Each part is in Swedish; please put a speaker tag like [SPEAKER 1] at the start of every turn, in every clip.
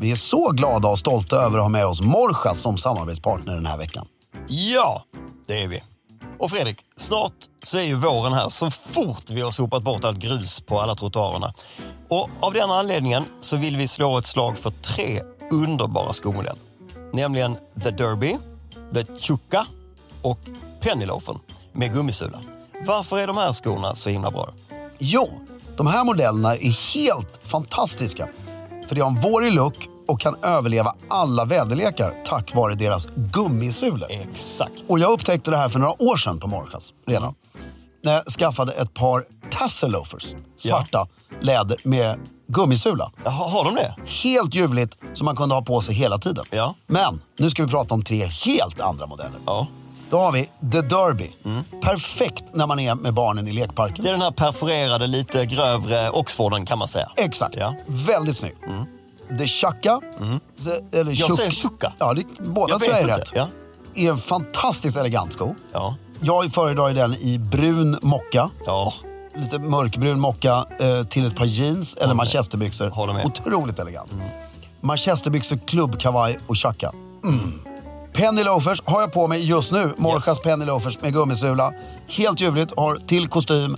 [SPEAKER 1] Vi är så glada och stolta över att ha med oss Morja som samarbetspartner den här veckan.
[SPEAKER 2] Ja, det är vi. Och Fredrik, snart så är ju våren här så fort vi har sopat bort allt grus på alla trottoarerna. Och av den anledningen så vill vi slå ett slag för tre underbara skomodeller. Nämligen The Derby, The Chukka och Pennyloafen med gummisula. Varför är de här skorna så himla bra?
[SPEAKER 1] Jo, de här modellerna är helt fantastiska. För de har en vårig look och kan överleva alla väderlekar tack vare deras gummisulor.
[SPEAKER 2] Exakt.
[SPEAKER 1] Och jag upptäckte det här för några år sedan på Morjas redan. När jag skaffade ett par tassel loafers, svarta läder med gummisula.
[SPEAKER 2] Ha, har de det?
[SPEAKER 1] Helt ljuvligt som man kunde ha på sig hela tiden.
[SPEAKER 2] Ja.
[SPEAKER 1] Men nu ska vi prata om tre helt andra modeller.
[SPEAKER 2] Ja.
[SPEAKER 1] Då har vi The Derby. Perfekt när man är med barnen i lekparken.
[SPEAKER 2] Det är den här perforerade, lite grövre Oxforden kan man säga.
[SPEAKER 1] Exakt.
[SPEAKER 2] Ja. Mm.
[SPEAKER 1] Väldigt snygg. The Chaka. se- Eller
[SPEAKER 2] Jag
[SPEAKER 1] Chuk-
[SPEAKER 2] säger Chukka.
[SPEAKER 1] Ja, det, båda
[SPEAKER 2] Jag
[SPEAKER 1] tror jag är
[SPEAKER 2] vet inte.
[SPEAKER 1] rätt.
[SPEAKER 2] Ja.
[SPEAKER 1] Är en fantastiskt elegant sko.
[SPEAKER 2] Ja.
[SPEAKER 1] Jag föredrar ju den i brun mocka.
[SPEAKER 2] Ja.
[SPEAKER 1] Lite mörkbrun mocka eh, till ett par jeans eller manchesterbyxor.
[SPEAKER 2] Håller med.
[SPEAKER 1] Otroligt elegant. Manchesterbyxor, klubbkavaj och chacka. Mm. Penny loafers har jag på mig just nu. Morjas
[SPEAKER 2] Yes.
[SPEAKER 1] penny loafers med gummisula. Helt ljuvligt, har till kostym.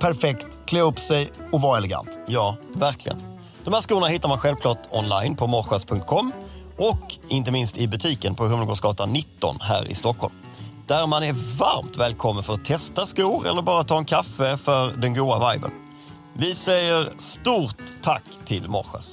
[SPEAKER 1] Perfekt, klä upp sig och vara elegant.
[SPEAKER 2] Ja, verkligen. De här skorna hittar man självklart online på morschas.com och inte minst i butiken på Humlegårdsgatan 19 här i Stockholm. Där man är varmt välkommen för att testa skor eller bara ta en kaffe för den goa viben. Vi säger stort tack till Morschas.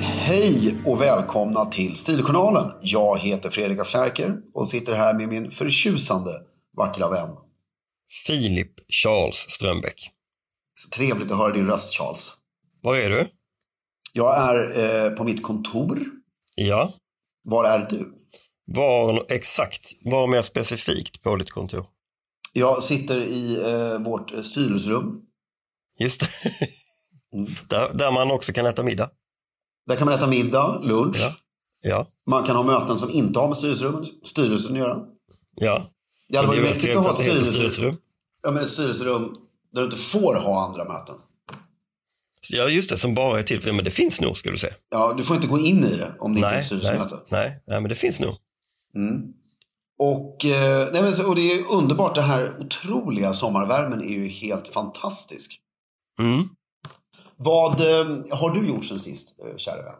[SPEAKER 1] Hej och välkomna till Stiljournalen. Jag heter Fredrik af Klerker och sitter här med min förtjusande vackra vän.
[SPEAKER 2] Filip Charles Strömbäck.
[SPEAKER 1] Så trevligt att höra din röst Charles.
[SPEAKER 2] Var är du?
[SPEAKER 1] Jag är eh, på mitt kontor.
[SPEAKER 2] Ja.
[SPEAKER 1] Var är du?
[SPEAKER 2] Var exakt, var mer specifikt på ditt kontor.
[SPEAKER 1] Jag sitter i eh, vårt eh, styrelserum.
[SPEAKER 2] Just det. Där, där man också kan äta middag.
[SPEAKER 1] Där kan man äta middag, lunch.
[SPEAKER 2] Ja. Ja.
[SPEAKER 1] Man kan ha möten som inte har med styrelserummen, styrelsen att göra.
[SPEAKER 2] Ja.
[SPEAKER 1] Det hade varit
[SPEAKER 2] väl
[SPEAKER 1] mäktigt att
[SPEAKER 2] trevligt
[SPEAKER 1] ha ett
[SPEAKER 2] att det heter
[SPEAKER 1] styrelserum. Ja, men ett styrelserum där du inte får ha andra möten.
[SPEAKER 2] Ja, just det, som bara är till för Men det finns nog, ska du säga.
[SPEAKER 1] Ja, du får inte gå in i det om det inte är
[SPEAKER 2] Nej,
[SPEAKER 1] ett alltså.
[SPEAKER 2] nej,
[SPEAKER 1] styrelsemöte.
[SPEAKER 2] nej, nej, men det finns nog.
[SPEAKER 1] Och, eh, nej men, så- och det är ju underbart, den här otroliga sommarvärmen är ju helt fantastisk.
[SPEAKER 2] Mm.
[SPEAKER 1] Vad eh, har du gjort sen sist, eh, kära vän?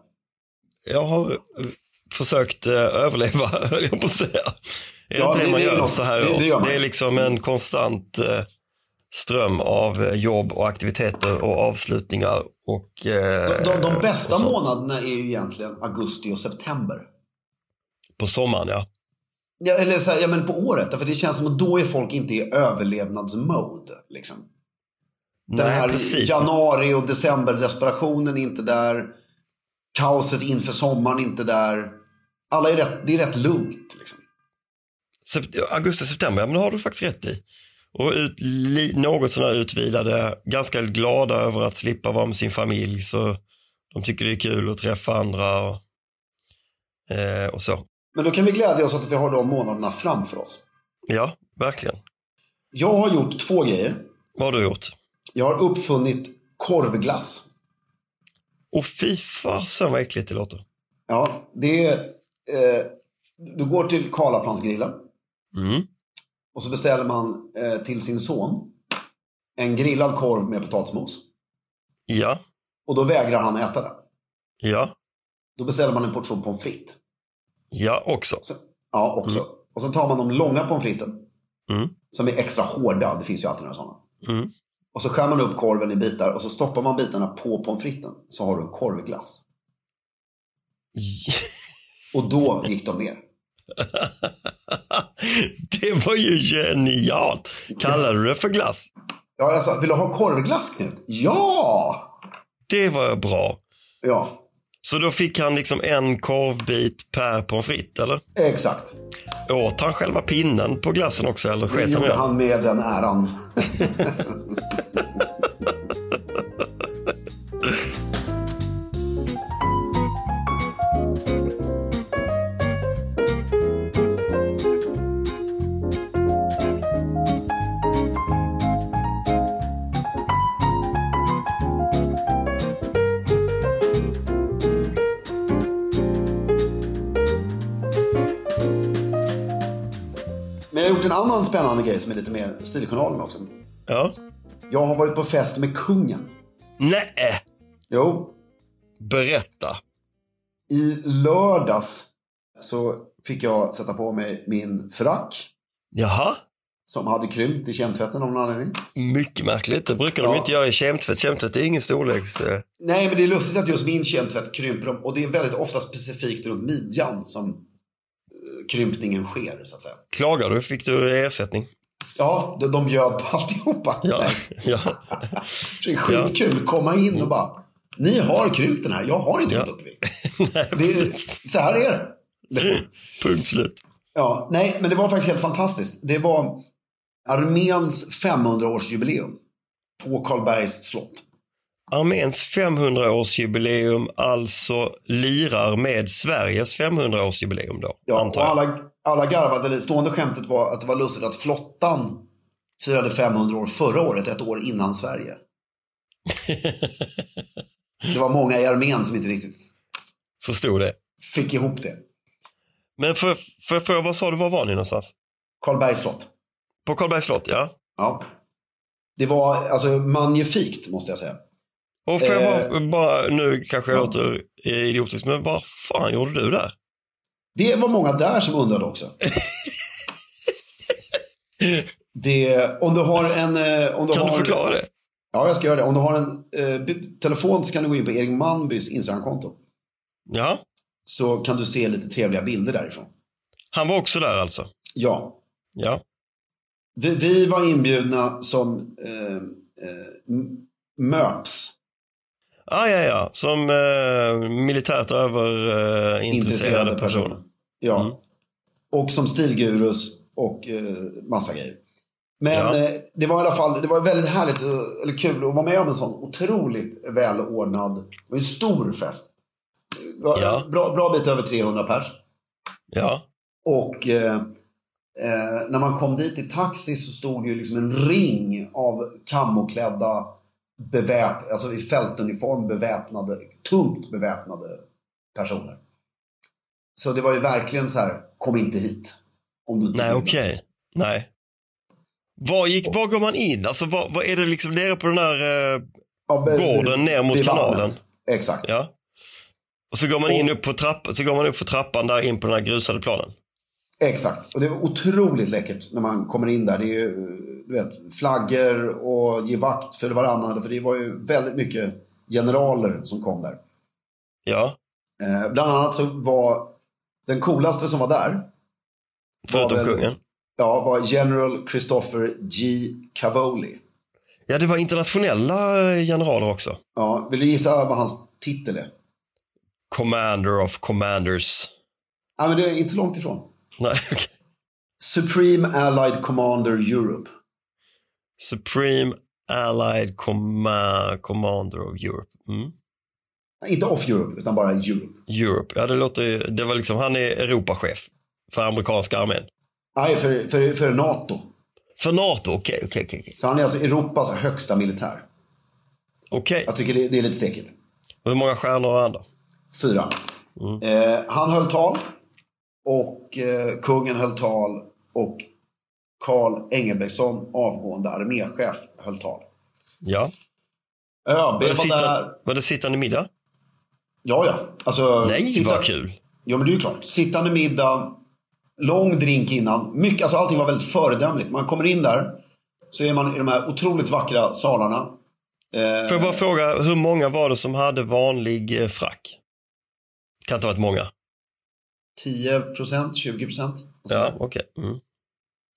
[SPEAKER 2] Jag har eh, försökt eh, överleva, höll jag på att säga. Är
[SPEAKER 1] Ja,
[SPEAKER 2] det inte
[SPEAKER 1] det-
[SPEAKER 2] det man
[SPEAKER 1] det är
[SPEAKER 2] gör
[SPEAKER 1] något-
[SPEAKER 2] så här
[SPEAKER 1] det- det
[SPEAKER 2] års?
[SPEAKER 1] gör man.
[SPEAKER 2] det är liksom en konstant eh, ström av eh, jobb och aktiviteter och avslutningar. Och, eh,
[SPEAKER 1] De, de, de bästa
[SPEAKER 2] och sånt.
[SPEAKER 1] månaderna är ju egentligen augusti och september.
[SPEAKER 2] På sommaren, ja.
[SPEAKER 1] Ja, eller så här, ja, men på året, för det känns som att då är folk inte i överlevnadsmode. Liksom. Den
[SPEAKER 2] Nej,
[SPEAKER 1] här
[SPEAKER 2] precis.
[SPEAKER 1] januari och december-desperationen är inte där. Kaoset inför sommaren är inte där. Alla är rätt, det är rätt lugnt. Liksom.
[SPEAKER 2] Sept- augusti, september, ja, men det har du faktiskt rätt i. Och ut, li, något sådana utvilade, ganska glada över att slippa vara med sin familj. Så de tycker det är kul att träffa andra och, eh, och så.
[SPEAKER 1] Men då kan vi glädja oss åt att vi har de månaderna framför oss.
[SPEAKER 2] Ja, verkligen.
[SPEAKER 1] Jag har gjort två grejer.
[SPEAKER 2] Vad har du gjort?
[SPEAKER 1] Jag har uppfunnit korvglass.
[SPEAKER 2] Och fy fasen vad äckligt det låter.
[SPEAKER 1] Ja, det är... Eh, du går till Karlaplansgrillen
[SPEAKER 2] Mm.
[SPEAKER 1] och så beställer man eh, till sin son en grillad korv med potatismos.
[SPEAKER 2] Ja,
[SPEAKER 1] Och då vägrar han äta den.
[SPEAKER 2] ja,
[SPEAKER 1] Då beställer man en portion pommes frites.
[SPEAKER 2] ja också.
[SPEAKER 3] Mm.
[SPEAKER 1] Så, ja, också. Och så tar man de långa pommes fritesen
[SPEAKER 3] Som är extra hårda. Det finns ju alltid några sådana. Mm. Och så skär man upp korven i bitar och så stoppar man bitarna på pommes fritesen. Så har du en korvglass. Och då gick de ner.
[SPEAKER 2] Det var ju genialt! Kallar du det för glass?
[SPEAKER 3] Ja, jag sa, vill du ha korvglass Knut? Ja!
[SPEAKER 2] Det var bra.
[SPEAKER 3] Ja,
[SPEAKER 2] Så då fick han liksom en korvbit per pommes frites, eller?
[SPEAKER 3] exakt.
[SPEAKER 2] Åt han själva pinnen på glassen också, eller
[SPEAKER 3] Det
[SPEAKER 2] sket han i
[SPEAKER 3] gjorde
[SPEAKER 2] det?
[SPEAKER 3] han med den äran. Men jag har gjort en annan spännande grej som är lite mer stiljournalen också.
[SPEAKER 2] Ja.
[SPEAKER 3] Jag har varit på fest med kungen.
[SPEAKER 2] Nej,
[SPEAKER 3] Jo,
[SPEAKER 2] berätta.
[SPEAKER 3] i lördags så fick jag sätta på mig min frack.
[SPEAKER 2] Jaha,
[SPEAKER 3] Som hade krympt i kemtvätten av någon anledning.
[SPEAKER 2] mycket märkligt. Det brukar de
[SPEAKER 3] Ja.
[SPEAKER 2] inte göra i kemtvätt. Kemtvätt är ingen storleks... eh,
[SPEAKER 3] Nej, men det är lustigt att just min kemtvätt krymper. om- Och det är väldigt ofta specifikt runt midjan som eh, krympningen sker, så att säga.
[SPEAKER 2] Klagar du? Fick du ersättning?
[SPEAKER 3] Ja, de, de bjöd på alltihopa.
[SPEAKER 2] Ja.
[SPEAKER 3] Nej,
[SPEAKER 2] ja.
[SPEAKER 3] det är skitkul. Komma in och bara, ni har krympt den här. Jag har inte gått upp i vikt. Det är, så här är det.
[SPEAKER 2] Punkt slut.
[SPEAKER 3] Ja, nej, men det var faktiskt helt fantastiskt. Det var arméns 500-årsjubileum på Karlbergs slott.
[SPEAKER 2] Arméns 500-årsjubileum alltså lirar med Sveriges 500-årsjubileum då,
[SPEAKER 3] Ja,
[SPEAKER 2] antar
[SPEAKER 3] och
[SPEAKER 2] jag.
[SPEAKER 3] alla, alla garvade. Det stående skämtet var att det var lustigt att flottan firade 500 år förra året, ett år innan Sverige. det var många i armén som inte riktigt
[SPEAKER 2] Förstod det.
[SPEAKER 3] fick ihop det.
[SPEAKER 2] Men för, för, för vad sa du, var var ni någonstans?
[SPEAKER 3] Karlbergs slott.
[SPEAKER 2] På Karlbergs slott, ja.
[SPEAKER 3] Ja. Det var alltså magnifikt, måste jag säga.
[SPEAKER 2] Och för
[SPEAKER 3] Eh.
[SPEAKER 2] var, bara, nu kanske jag låter idiotisk, men vad fan gjorde du där?
[SPEAKER 3] Det var många där som undrade också. Det, om du har en... eh, Om du
[SPEAKER 2] Kan
[SPEAKER 3] har,
[SPEAKER 2] du förklara det?
[SPEAKER 3] Ja, jag ska göra det. Om du har en eh, bi- telefon så kan du gå in på Erik Malmbys Instagramkonto.
[SPEAKER 2] Ja,
[SPEAKER 3] Så kan du se lite trevliga bilder därifrån.
[SPEAKER 2] han var också där alltså.
[SPEAKER 3] Ja,
[SPEAKER 2] Ja,
[SPEAKER 3] vi, vi var inbjudna som eh, eh, m- MÖPS.
[SPEAKER 2] ah, ja, ja. som eh, militärt överintresserade eh, intresserade personer. Mm.
[SPEAKER 3] Ja. Och som stilgurus och eh, massa grejer. Men
[SPEAKER 2] Ja.
[SPEAKER 3] eh, det var i alla fall det var väldigt härligt eh, eller kul att vara med om en sån otroligt välordnad och en stor fest. Det var
[SPEAKER 2] Ja.
[SPEAKER 3] Bra, bra bit över 300 pers.
[SPEAKER 2] Ja,
[SPEAKER 3] Och eh, eh, när man kom dit i taxi så stod det ju liksom en ring av kammoklädda, beväp- alltså i fältuniform beväpnade, tungt beväpnade personer. Så det var ju verkligen så här, kom inte hit. Om du inte
[SPEAKER 2] nej
[SPEAKER 3] vill.
[SPEAKER 2] okej. Nej. Var, gick, var går man in? Alltså, var, var är det liksom nere på den där... Eh,
[SPEAKER 3] Ja, be-
[SPEAKER 2] gården ner mot
[SPEAKER 3] vid vattnet.
[SPEAKER 2] kanalen.
[SPEAKER 3] Exakt.
[SPEAKER 2] ja. Och så går man in upp på trappan, så går man upp för trappan där in på den här grusade planen.
[SPEAKER 3] Exakt. Och det var otroligt läckert när man kommer in där. Det är ju du vet, flaggor och ge vakt för varandra. För det var ju väldigt mycket generaler som kom där.
[SPEAKER 2] Ja,
[SPEAKER 3] Eh, bland annat så var den coolaste som var där,
[SPEAKER 2] förutom
[SPEAKER 3] väl-
[SPEAKER 2] kungen.
[SPEAKER 3] ja, var General Christopher G. Cavoli.
[SPEAKER 2] Ja, det var internationella eh, generaler också.
[SPEAKER 3] Ja, vill du gissa vad hans titel är?
[SPEAKER 2] Commander of commanders.
[SPEAKER 3] Nej, men det är inte långt ifrån.
[SPEAKER 2] Nej, okej.
[SPEAKER 3] Supreme Allied Commander Europe.
[SPEAKER 2] Supreme Allied Comma- Commander of Europe. Mm.
[SPEAKER 3] Nej, Inte off Europe, utan bara Europe.
[SPEAKER 2] Europe, ja det låter ju, det var liksom, han är Europachef för amerikanska armén.
[SPEAKER 3] Nej, för, för, för NATO.
[SPEAKER 2] För NATO, okej, okej, okej. okej.
[SPEAKER 3] Så han är alltså Europas högsta militär.
[SPEAKER 2] Okej,
[SPEAKER 3] Jag tycker det, det är lite stekigt.
[SPEAKER 2] hur många stjärnor har han då?
[SPEAKER 3] Fyra.
[SPEAKER 2] Mm.
[SPEAKER 3] Eh, han höll tal. Och eh, kungen höll tal. Och Karl Engelbrektsson, avgående arméchef, höll tal.
[SPEAKER 2] Ja.
[SPEAKER 3] ÖB
[SPEAKER 2] Var det,
[SPEAKER 3] var
[SPEAKER 2] sittande,
[SPEAKER 3] där.
[SPEAKER 2] var det sittande middag?
[SPEAKER 3] Ja, ja. Alltså,
[SPEAKER 2] Nej,
[SPEAKER 3] sitta-
[SPEAKER 2] vad kul.
[SPEAKER 3] Ja, men det är ju klart. Sittande middag. Lång drink innan. Mycket, alltså allting var väldigt föredömligt. Man kommer in där så är man i de här otroligt vackra salarna.
[SPEAKER 2] Får jag bara fråga, hur många var det som hade vanlig eh, frack? Kan inte ha varit många.
[SPEAKER 3] 10 procent, 20 procent.
[SPEAKER 2] Ja, okej. Mm.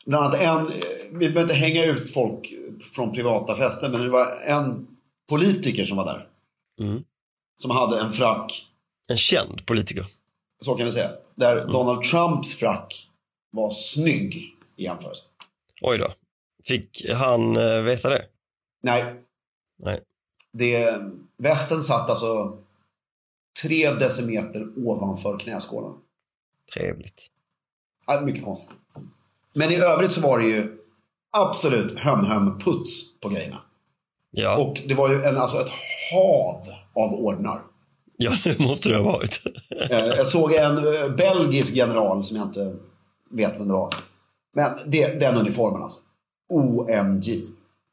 [SPEAKER 3] Bland annat en, vi behöver inte hänga ut folk från privata fester, men det var en politiker som var där.
[SPEAKER 2] Mm.
[SPEAKER 3] Som hade en frack,
[SPEAKER 2] En känd politiker.
[SPEAKER 3] så kan vi säga, där Donald Trumps frack var snygg i jämförelse.
[SPEAKER 2] Oj då. Fick han eh, veta det?
[SPEAKER 3] Nej,
[SPEAKER 2] Nej.
[SPEAKER 3] det, västen satt alltså tre decimeter ovanför knäskålen.
[SPEAKER 2] Trevligt.
[SPEAKER 3] Ja, Mycket konstigt. Men i övrigt så var det ju absolut höm-höm-puts på grejerna.
[SPEAKER 2] Ja,
[SPEAKER 3] Och det var ju en, alltså ett hav av ordnar.
[SPEAKER 2] ja det måste det ha varit.
[SPEAKER 3] Eh, Jag såg en eh, belgisk general som jag inte vet vem det var. Men det, den uniformen alltså. OMG.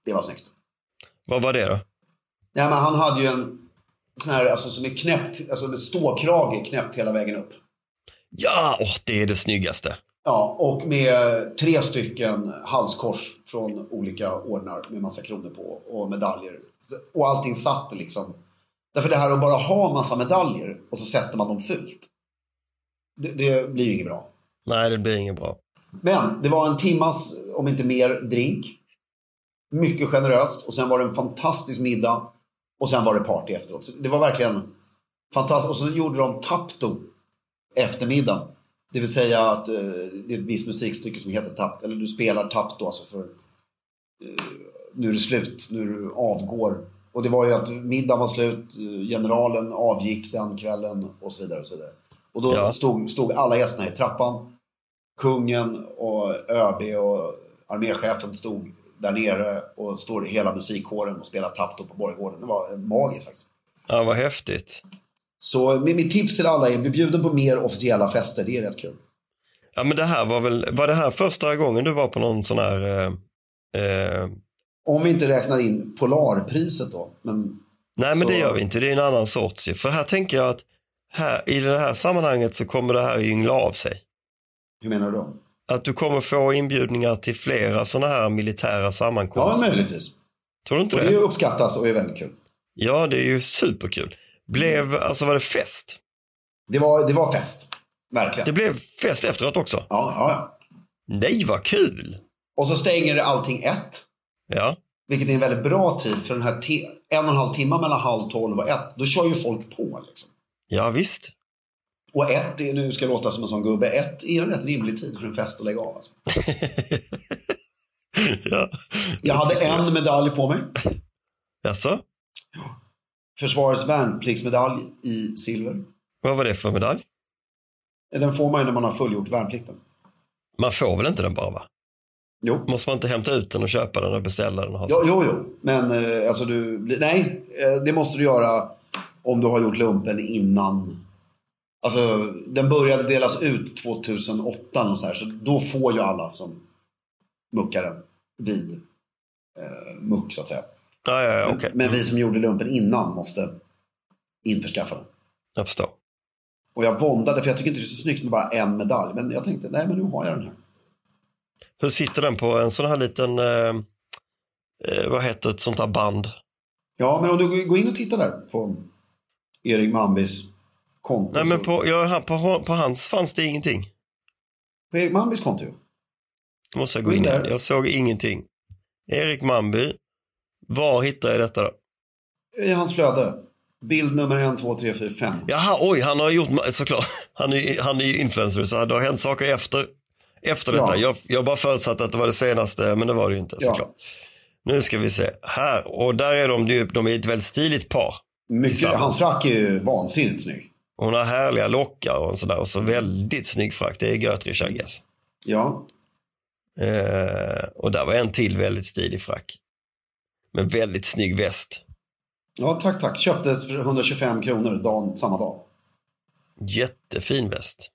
[SPEAKER 3] Det var snyggt.
[SPEAKER 2] Vad var det då?
[SPEAKER 3] Nej, men han hade ju en sån här alltså, som är knäppt, alltså med ståkrage knäppt hela vägen upp.
[SPEAKER 2] Ja, åh, det är det snyggaste.
[SPEAKER 3] Ja, och med tre stycken halskors från olika ordnar med massa kronor på och medaljer. Och allting satt liksom. Därför det här att bara ha massa medaljer och så sätter man dem fult. Det, det blir ju inget bra.
[SPEAKER 2] Nej, det blir inget bra.
[SPEAKER 3] Men det var en timmas, om inte mer, drink. Mycket generöst och sen var det en fantastisk middag. Och sen var det party efteråt. Så det var verkligen fantastiskt. Och så gjorde de Tapto eftermiddagen. Det vill säga att eh, det är ett visst musikstycke som heter Tapto. Eller du spelar Tapto alltså för eh, nu är det slut, nu du avgår. Och det var ju att middagen var slut, eh, generalen avgick den kvällen och så vidare. Och, så vidare. och då
[SPEAKER 2] Ja.
[SPEAKER 3] stod, stod alla gästerna i trappan kungen och ÖB och arméchefen stod där nere och står hela musikkåren och spelar Tapto på Borggården. Det var magiskt faktiskt.
[SPEAKER 2] Ja, vad häftigt.
[SPEAKER 3] Så min- mitt tips till alla är bli bjuden på mer officiella fester. Det är rätt kul.
[SPEAKER 2] Ja, men det här var väl, var det här första gången du var på någon sån här, eh, eh,
[SPEAKER 3] Om vi inte räknar in Polarpriset då. Men
[SPEAKER 2] nej men
[SPEAKER 3] Så-
[SPEAKER 2] det gör vi inte, det är en annan sorts ju. För här tänker jag att här, i det här sammanhanget så kommer det här yngla av sig.
[SPEAKER 3] hur menar du då?
[SPEAKER 2] Att du kommer få inbjudningar till flera sådana här militära
[SPEAKER 3] Ja,
[SPEAKER 2] sammankomster.
[SPEAKER 3] möjligtvis.
[SPEAKER 2] Tror du inte
[SPEAKER 3] Och
[SPEAKER 2] det?
[SPEAKER 3] det uppskattas och är väldigt kul.
[SPEAKER 2] Ja, det är ju superkul. Blev, alltså var det fest?
[SPEAKER 3] Det var, det var fest.
[SPEAKER 2] Det
[SPEAKER 3] Verkligen.
[SPEAKER 2] blev fest efteråt också.
[SPEAKER 3] Ja, ja, ja.
[SPEAKER 2] Nej, vad kul!
[SPEAKER 3] Och så stänger det allting ett.
[SPEAKER 2] Ja,
[SPEAKER 3] Vilket är en väldigt bra tid för den här te- en och en halv timme mellan halv tolv och ett. Då kör ju folk på liksom.
[SPEAKER 2] ja visst.
[SPEAKER 3] Och ett, är, nu ska jag låta som en sån gubbe, ett är en rätt rimlig tid för en fest att lägga av. Alltså.
[SPEAKER 2] ja.
[SPEAKER 3] Jag hade en medalj på mig.
[SPEAKER 2] Jaså?
[SPEAKER 3] Försvarets värnpliktsmedalj i silver.
[SPEAKER 2] Vad var det för medalj?
[SPEAKER 3] Den får man ju när man har fullgjort värnplikten.
[SPEAKER 2] Man får väl inte den bara va?
[SPEAKER 3] Jo.
[SPEAKER 2] Måste man inte hämta ut den och köpa den och beställa den? Och ha
[SPEAKER 3] Ja, jo, jo. Men eh, alltså du, blir- nej, eh, det måste du göra om du har gjort lumpen innan. Alltså, den började delas ut 2008 och så, här, så då får ju alla som muckar den vid eh, muck så att säga.
[SPEAKER 2] ja, ja, ja okej.
[SPEAKER 3] Men vi som gjorde lumpen innan måste införskaffa den.
[SPEAKER 2] Jag förstår.
[SPEAKER 3] Och jag våndade för jag tycker inte det är så snyggt med bara en medalj. Men jag tänkte, nej men nu har jag den här.
[SPEAKER 2] Hur sitter den på en sån här liten, eh, eh, vad heter ett sånt här band?
[SPEAKER 3] Ja, men om du går in och tittar där på Erik Mambis konto.
[SPEAKER 2] Nej, men
[SPEAKER 3] så-
[SPEAKER 2] på, ja, han- på, på hans fanns det ingenting.
[SPEAKER 3] på Erik Mambis konto ju.
[SPEAKER 2] Då måste jag gå in här. Jag såg ingenting. Erik Mamby. Var hittar jag detta då?
[SPEAKER 3] I hans flöde. Bild nummer 1, 2, 3, 4, 5.
[SPEAKER 2] Jaha, oj, han har gjort, ma- såklart, han är, ju- han är ju influencer så det har hänt saker efter, efter detta.
[SPEAKER 3] Ja.
[SPEAKER 2] Jag, jag bara förutsatte att det var det senaste, men det var det ju inte
[SPEAKER 3] Ja.
[SPEAKER 2] såklart. Nu ska vi se, här, och där är de ju, de är ett väldigt stiligt par.
[SPEAKER 3] Mycket,
[SPEAKER 2] Tillsammans.
[SPEAKER 3] hans rack är ju vansinnigt snygg.
[SPEAKER 2] Hon har härliga lockar och sådär och
[SPEAKER 3] Mm.
[SPEAKER 2] så väldigt snygg frack, det är Götrich I guess.
[SPEAKER 3] Ja.
[SPEAKER 2] Eh, och där var en till väldigt stilig frack. Men väldigt snygg väst.
[SPEAKER 3] ja, tack, tack. Köptes för 125 kronor dagen, samma dag.
[SPEAKER 2] Jättefin väst.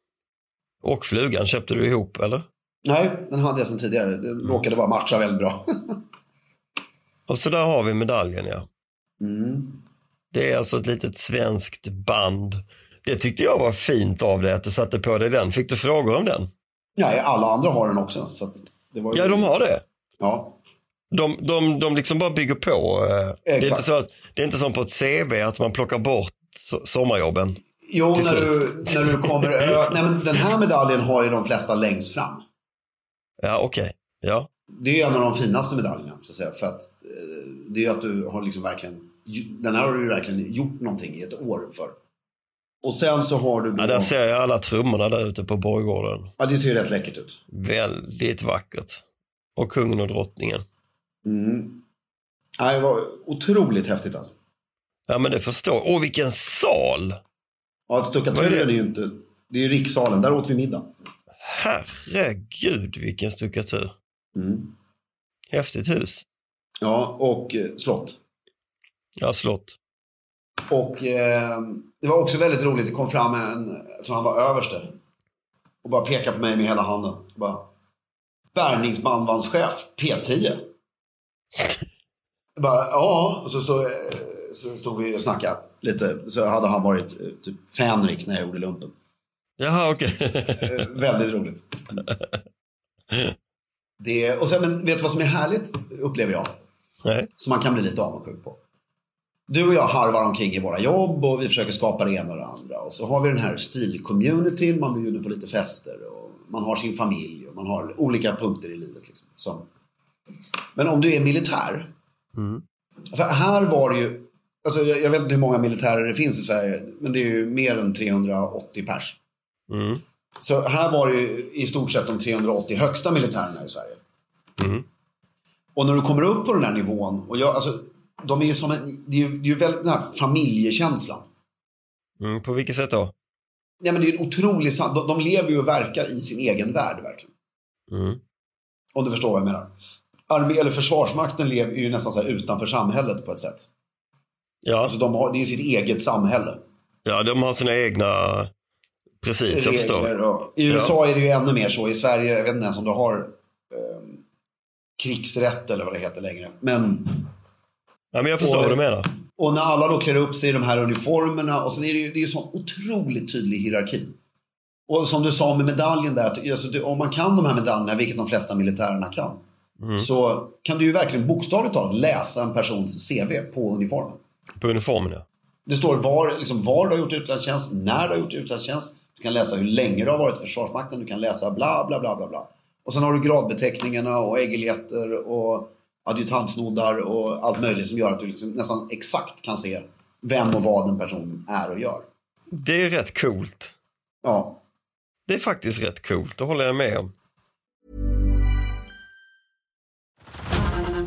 [SPEAKER 2] Och flugan köpte du ihop eller?
[SPEAKER 3] Nej, den hade jag sedan tidigare. Den råkade bara matcha väldigt bra.
[SPEAKER 2] Och så där har vi medaljen ja.
[SPEAKER 3] Mm.
[SPEAKER 2] Det är alltså ett litet svenskt band. Det tyckte jag var fint av dig att du satte på dig den. Fick du frågor om den?
[SPEAKER 3] Nej, alla andra har den också. Så att det var ju-
[SPEAKER 2] Ja, de har det.
[SPEAKER 3] Ja.
[SPEAKER 2] De, de, de liksom bara bygger på. eh. Det är, inte
[SPEAKER 3] Exakt.
[SPEAKER 2] så att, det är inte som på ett CV att man plockar bort so- sommarjobben.
[SPEAKER 3] Jo,
[SPEAKER 2] Till
[SPEAKER 3] när
[SPEAKER 2] slut.
[SPEAKER 3] du, när du kommer... ö- Nej, men den här medaljen har ju de flesta längst fram.
[SPEAKER 2] Ja, okej. Ja.
[SPEAKER 3] Det är ju en av de finaste medaljerna, så att säga. För att eh, det är ju att du har liksom verkligen... Den här har du ju verkligen gjort någonting i ett år för. Och sen så har du...
[SPEAKER 2] ja, där ser jag alla trummorna där ute på borggården.
[SPEAKER 3] Ja, det ser ju rätt läckert ut.
[SPEAKER 2] Väldigt vackert. Och kungen och drottningen.
[SPEAKER 3] Mm. Nej, det var otroligt häftigt alltså.
[SPEAKER 2] Ja, men det förstår jag. Åh, vilken sal!
[SPEAKER 3] Ja, stuckaturen
[SPEAKER 2] Vad är
[SPEAKER 3] är,
[SPEAKER 2] det?
[SPEAKER 3] ju inte... Det är ju rikssalen, där åt vi middag.
[SPEAKER 2] Herregud, vilken stuckatur.
[SPEAKER 3] Mm.
[SPEAKER 2] Häftigt hus.
[SPEAKER 3] Ja, och eh, slott.
[SPEAKER 2] Ja, slott.
[SPEAKER 3] Och eh, det var också väldigt roligt. Det kom fram en, jag tror han var överste. Och bara pekade på mig med hela handen. Och Bara, Bärgningsbandvagnschef, P10. Jag bara, ja. Och så stod, eh, så stod vi och snackade lite. Så hade han varit eh, typ Fänrik när jag gjorde lumpen.
[SPEAKER 2] Jaha, okej.
[SPEAKER 3] Eh, Väldigt roligt. Det, och sen, men vet du vad som är härligt, upplever jag?
[SPEAKER 2] Nej.
[SPEAKER 3] som man kan bli lite avundsjuk på. Du och jag harvar omkring i våra jobb och vi försöker skapa det ena och det andra. Och så har vi den här stilcommunityn, man bjuder på lite fester och man har sin familj och man har olika punkter i livet. Liksom, som... Men om du är militär. För här var det ju, alltså jag, jag vet inte hur många militärer det finns i Sverige, men det är ju mer än 380 pers.
[SPEAKER 2] Mm.
[SPEAKER 3] Så här var det ju i stort sett de 380 högsta militärerna i Sverige.
[SPEAKER 2] Mm.
[SPEAKER 3] Och när du kommer upp på den här nivån, och jag, alltså, de är ju som en, det är ju, det är ju väldigt den här familjekänslan.
[SPEAKER 2] Mm, på vilket sätt då?
[SPEAKER 3] Nej, men det är ju en otrolig, sam- de, de lever ju och verkar i sin egen värld verkligen.
[SPEAKER 2] Mm.
[SPEAKER 3] Om du förstår vad jag menar. Armé eller försvarsmakten lever är ju nästan så här utanför samhället på ett sätt.
[SPEAKER 2] Ja,
[SPEAKER 3] Alltså de har, det är ju sitt eget samhälle.
[SPEAKER 2] ja, de har sina egna... Precis, jag förstår.
[SPEAKER 3] regler och, I USA är det ju ännu mer så. I Sverige, jag vet inte ens om du har ehm, krigsrätt eller vad det heter längre. Men
[SPEAKER 2] Ja, men jag förstår vad du menar.
[SPEAKER 3] Och när alla då klär upp sig i de här uniformerna och sen är det ju det är ju sån otroligt tydlig hierarki. Och som du sa med medaljen där, att, alltså, du, om man kan de här medaljerna, vilket de flesta militärerna kan, så kan du ju verkligen bokstavligt talat läsa en persons CV på uniformen.
[SPEAKER 2] På uniformen, ja.
[SPEAKER 3] Det står var, liksom, var du har gjort utlandstjänst, när du har gjort utlandstjänst, du kan läsa hur länge du har varit i Försvarsmakten, du kan läsa bla bla bla bla bla. Och sen har du gradbeteckningarna och äggeljetter och adjutantsnoddar och allt möjligt som gör att du liksom nästan exakt kan se vem och vad en person är och gör.
[SPEAKER 2] Det är rätt coolt.
[SPEAKER 3] Ja,
[SPEAKER 2] Det är faktiskt rätt coolt, det håller jag med om.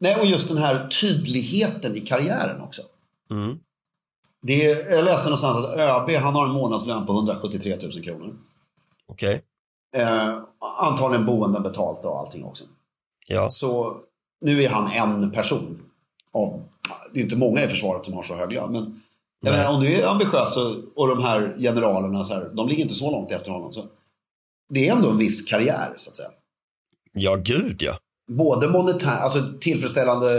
[SPEAKER 3] Nej, och just den här tydligheten i karriären också.
[SPEAKER 2] Mm.
[SPEAKER 3] Det är, jag läste någonstans att ÖB, han har en månadslön på 173 000 kronor.
[SPEAKER 2] Okej,
[SPEAKER 3] Eh, antagligen boenden betalt och allting också.
[SPEAKER 2] ja.
[SPEAKER 3] Så nu är han en person. Av, det är inte många i försvaret som har så hög lön. Men jag
[SPEAKER 2] Nej.
[SPEAKER 3] menar, om du är ambitiös så- och de här generalerna, så här, de ligger inte så långt efter honom. Så det är ändå en viss karriär, så att säga.
[SPEAKER 2] Ja, gud ja.
[SPEAKER 3] Både monetär, alltså tillfredsställande...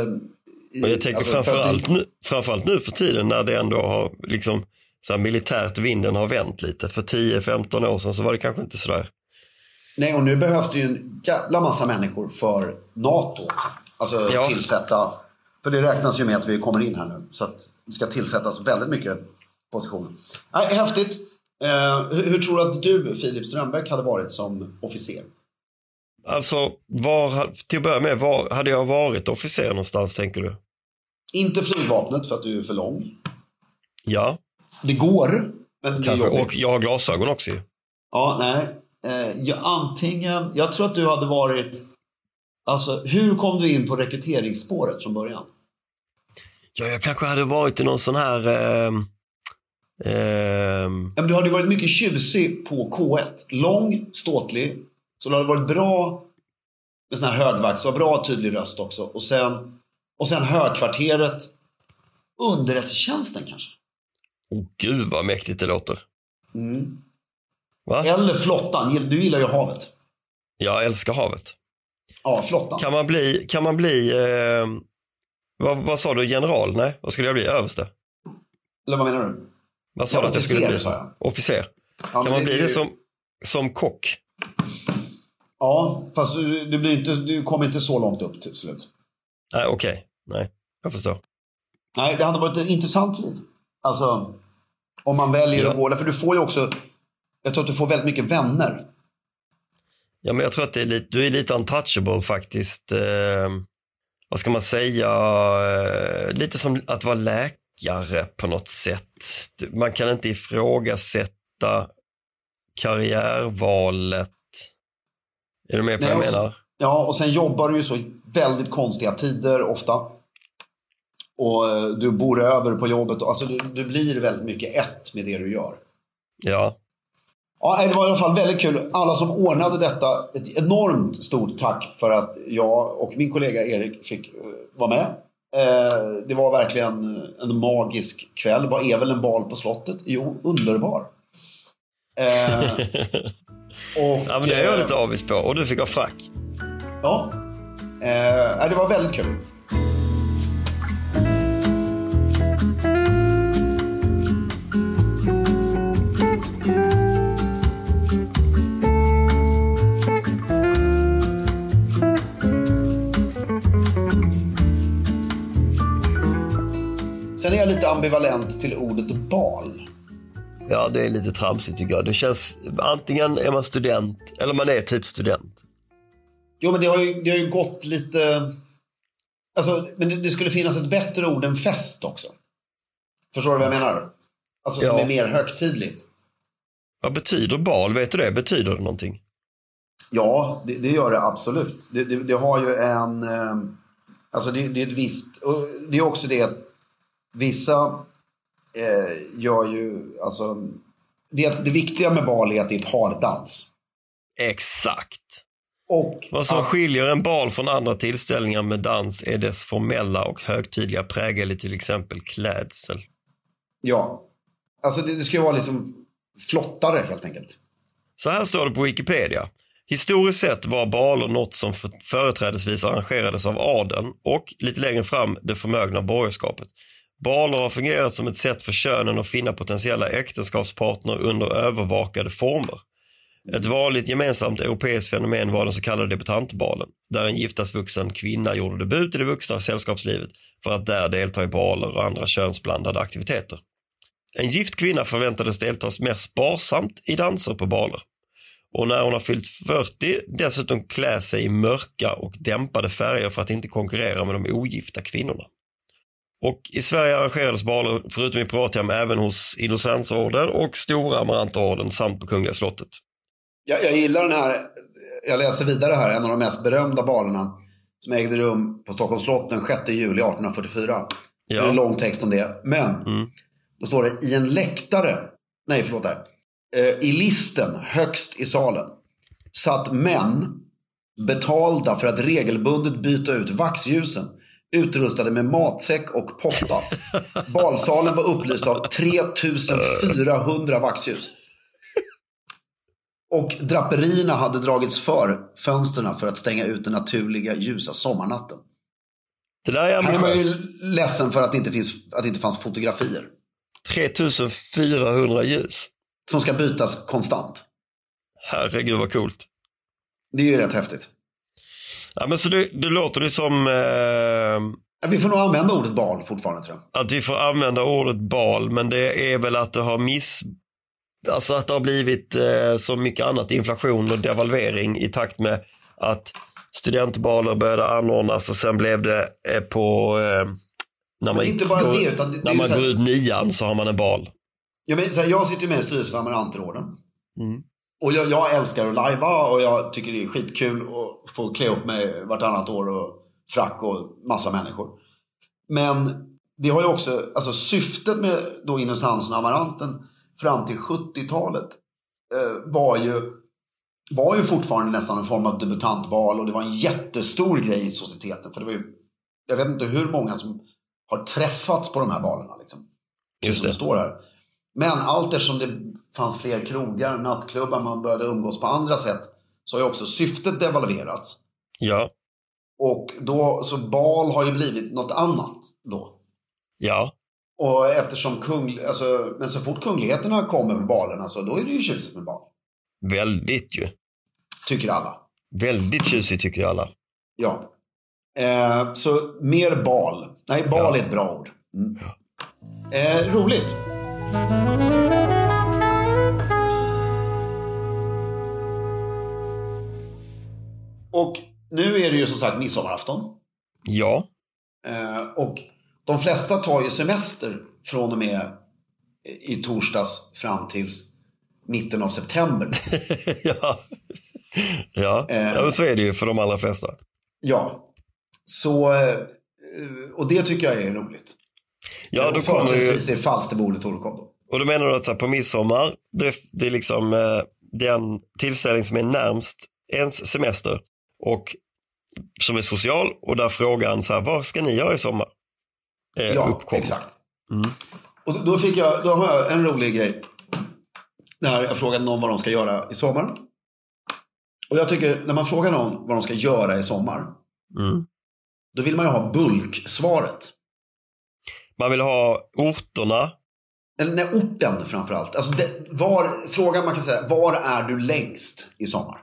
[SPEAKER 3] i-
[SPEAKER 2] Men jag tänker
[SPEAKER 3] alltså, för att du-
[SPEAKER 2] framförallt, nu, framförallt nu för tiden när det ändå har liksom så här militärt vinden har vänt lite. För 10-15 år sedan så var det kanske inte sådär.
[SPEAKER 3] Nej, och nu behövs det ju en jävla massa människor för NATO. också. Alltså
[SPEAKER 2] Ja.
[SPEAKER 3] tillsätta... För det räknas ju med att vi kommer in här nu. Så att det ska tillsättas väldigt mycket positioner. Nej, häftigt. Eh, hur, hur tror du att du, Filip Strömbäck, hade varit som officer?
[SPEAKER 2] Alltså, var, till att börja med, var hade jag varit officer någonstans, tänker du?
[SPEAKER 3] Inte flygvapnet för att du är för lång.
[SPEAKER 2] Ja,
[SPEAKER 3] Det går, men det är
[SPEAKER 2] kanske.
[SPEAKER 3] jobbigt.
[SPEAKER 2] Och jag har glasögon också ju.
[SPEAKER 3] Ja, nej. Eh, ja, antingen, jag tror att du hade varit... Alltså, hur kom du in på rekryteringsspåret från början?
[SPEAKER 2] Ja, jag kanske hade varit i någon sån här... ehm, ehm,
[SPEAKER 3] Ja, men du hade ju varit mycket tjusig på K1. Lång, ståtlig. Så du hade varit bra med sån här högvakt. Så du har bra tydlig röst också. Och sen, och sen högkvarteret. Underrättelsetjänsten kanske?
[SPEAKER 2] Åh gud vad mäktigt det låter.
[SPEAKER 3] Mm.
[SPEAKER 2] Va?
[SPEAKER 3] Eller flottan. Du gillar ju havet.
[SPEAKER 2] Jag älskar havet.
[SPEAKER 3] Ja, flottan.
[SPEAKER 2] Kan man bli, kan man bli eh, vad, vad sa du, general? Nej, vad skulle jag bli? Överste?
[SPEAKER 3] Eller vad menar du?
[SPEAKER 2] Vad sa
[SPEAKER 3] Ja,
[SPEAKER 2] du att jag skulle
[SPEAKER 3] officer,
[SPEAKER 2] bli?
[SPEAKER 3] sa jag.
[SPEAKER 2] Officer.
[SPEAKER 3] Ja,
[SPEAKER 2] kan
[SPEAKER 3] men
[SPEAKER 2] man
[SPEAKER 3] det-
[SPEAKER 2] bli
[SPEAKER 3] det-
[SPEAKER 2] det som, som kock?
[SPEAKER 3] Ja, fast du, du, blir inte, du kom inte så långt upp till slut.
[SPEAKER 2] Nej, okej. Nej, jag förstår.
[SPEAKER 3] Nej, det hade varit ett intressant liv. Alltså, om man väljer
[SPEAKER 2] Ja.
[SPEAKER 3] att gå där. För du får ju också, jag tror att du får väldigt mycket vänner.
[SPEAKER 2] Ja, men jag tror att det är lite, du är lite untouchable faktiskt. Eh, vad ska man säga? Eh, lite som att vara läkare på något sätt. Du- Man kan inte ifrågasätta karriärvalet. Är du med på vad jag
[SPEAKER 3] och-
[SPEAKER 2] menar?
[SPEAKER 3] Ja, och sen jobbar du ju så väldigt konstiga tider ofta. Och eh, du bor över på jobbet. Alltså, du, du blir väldigt mycket ett med det du gör.
[SPEAKER 2] Ja.
[SPEAKER 3] Ja, nej, det var i alla fall väldigt kul. Alla som ordnade detta, ett enormt stort tack för att jag och min kollega Erik fick eh, vara med. Eh, det var verkligen en magisk kväll. Vad är väl en bal på slottet? Jo, underbar. Eh, och,
[SPEAKER 2] Ja, men det är jag
[SPEAKER 3] eh,
[SPEAKER 2] lite avis på. Och du fick ha frack.
[SPEAKER 3] Ja. Eh, nej, det var väldigt kul. Sen är jag lite ambivalent till ordet bal.
[SPEAKER 2] Ja, det är lite tramsigt tycker jag. Det känns, antingen är man student eller man är typ student.
[SPEAKER 3] Jo, men det har ju, det har ju gått lite... Alltså, men det, det skulle finnas ett bättre ord än fest också. Förstår du vad jag menar? Alltså som
[SPEAKER 2] Ja.
[SPEAKER 3] är mer högtidligt.
[SPEAKER 2] Vad betyder bal? Vet du det? Betyder det någonting?
[SPEAKER 3] Ja, det, det gör det absolut. Det, det, det har ju en... eh, Alltså det, det är ett visst... och Det är också det att vissa eh, gör ju... Alltså, det, det viktiga med bal är att det är pardans.
[SPEAKER 2] Exakt.
[SPEAKER 3] Och
[SPEAKER 2] Vad som
[SPEAKER 3] att-
[SPEAKER 2] skiljer en bal från andra tillställningar med dans är dess formella och högtidliga prägel i till exempel klädsel.
[SPEAKER 3] Ja. Alltså det, det ska ju vara liksom flottare helt enkelt.
[SPEAKER 2] Så här står det på Wikipedia. Historiskt sett var baler något som för- företrädesvis arrangerades av adeln och lite längre fram det förmögna borgerskapet. Baler har fungerat som ett sätt för könen att finna potentiella äktenskapspartner under övervakade former. Ett vanligt gemensamt europeiskt fenomen var den så kallade debutantbalen, där en giftasvuxen kvinna gjorde debut i det vuxna sällskapslivet för att där delta i baler och andra könsblandade aktiviteter. En gift kvinna förväntades delta mer sparsamt i danser på baler. Och när hon har fyllt 40 dessutom klä sig i mörka och dämpade färger för att inte konkurrera med de ogifta kvinnorna. Och i Sverige arrangerades baler förutom i privathem även hos Innocensorden och Stora Amarantorden samt på Kungliga slottet.
[SPEAKER 3] Jag, jag gillar den här, jag läser vidare här, en av de mest berömda balerna som ägde rum på Stockholms slott den 6 juli 1844. Så
[SPEAKER 2] Ja.
[SPEAKER 3] Det är en lång text om det. Men då står det i en läktare, nej förlåt där, eh, i listen högst i salen satt män betalda för att regelbundet byta ut vaxljusen utrustade med matsäck och potta. Balsalen var upplyst av 3400 vaxljus. Och draperierna hade dragits för fönstren för att stänga ut den naturliga ljusa sommarnatten.
[SPEAKER 2] Det där är
[SPEAKER 3] Här är man ju
[SPEAKER 2] ambitiöst.
[SPEAKER 3] ledsen för att det inte, finns, att det inte fanns fotografier.
[SPEAKER 2] 3400 ljus.
[SPEAKER 3] Som ska bytas konstant.
[SPEAKER 2] Herregud vad coolt.
[SPEAKER 3] Det är ju rätt häftigt.
[SPEAKER 2] Ja, men så det, det låter det som eh,
[SPEAKER 3] Ja, Vi får nog använda ordet bal fortfarande tror jag.
[SPEAKER 2] att vi får använda ordet bal, men det är väl att det har miss... Alltså att det har blivit eh, så mycket annat, inflation och devalvering i takt med att studentbaler började anordnas och sen blev det eh, på... Eh, när man,
[SPEAKER 3] det är inte bara det, utan det- det
[SPEAKER 2] när
[SPEAKER 3] är ju
[SPEAKER 2] man
[SPEAKER 3] så här-
[SPEAKER 2] går ut nian så har man en bal.
[SPEAKER 3] Ja, men, så här, jag sitter ju med i styrelsen för Amarantråden.
[SPEAKER 2] Mm.
[SPEAKER 3] Och jag, jag älskar att lajva och jag tycker det är skitkul att få klä upp mig vartannat år och frack och massa människor. Men det har ju också, alltså syftet med då Innocens och Amaranten fram till 70-talet eh, var ju var ju fortfarande nästan en form av debutantbal och det var en jättestor grej i societeten. För det var ju, jag vet inte hur många som har träffats på de här balerna. Liksom.
[SPEAKER 2] Just
[SPEAKER 3] Just det.
[SPEAKER 2] det.
[SPEAKER 3] Som står här. Men allt eftersom det fanns fler krogar, nattklubbar, man började umgås på andra sätt så har ju också syftet devalverats.
[SPEAKER 2] Ja,
[SPEAKER 3] Och då, så bal har ju blivit något annat då.
[SPEAKER 2] ja,
[SPEAKER 3] Och eftersom kung, alltså, men så fort kungligheterna kommer med balen, alltså, då är det ju tjusigt med bal.
[SPEAKER 2] väldigt ju.
[SPEAKER 3] Tycker alla.
[SPEAKER 2] Väldigt tjusigt tycker jag alla.
[SPEAKER 3] Ja. Eh, så mer bal. Nej, bal är ett bra ord. Mm. Eh, roligt. Och nu är det ju som sagt midsommarafton.
[SPEAKER 2] Ja,
[SPEAKER 3] Eh, och de flesta tar ju semester från och med i torsdags fram till mitten av september.
[SPEAKER 2] ja. Ja.
[SPEAKER 3] Eh.
[SPEAKER 2] ja, men så är det ju för de allra flesta.
[SPEAKER 3] ja. Så, eh, och det tycker jag är roligt.
[SPEAKER 2] Ja, då
[SPEAKER 3] och
[SPEAKER 2] kommer det ju...
[SPEAKER 3] företrädesvis är Falsterbo eller Torekov då.
[SPEAKER 2] Och då menar du att så här, på midsommar, det, det är liksom eh, den tillställning som är närmst ens semester och som är social och där frågan så här, vad ska ni göra i sommar? Eh, Mm.
[SPEAKER 3] Ja,
[SPEAKER 2] uppkommer.
[SPEAKER 3] exakt. Och då- då, fick jag, då har jag en rolig grej. När jag frågade någon vad de ska göra i sommar. Och jag tycker, när man frågar någon vad de ska göra i sommar.
[SPEAKER 2] Mm.
[SPEAKER 3] Då vill man ju ha bulksvaret.
[SPEAKER 2] Man vill ha orterna.
[SPEAKER 3] Eller nej, orten framförallt. Alltså det, var, frågan man kan säga, var är du längst i sommar?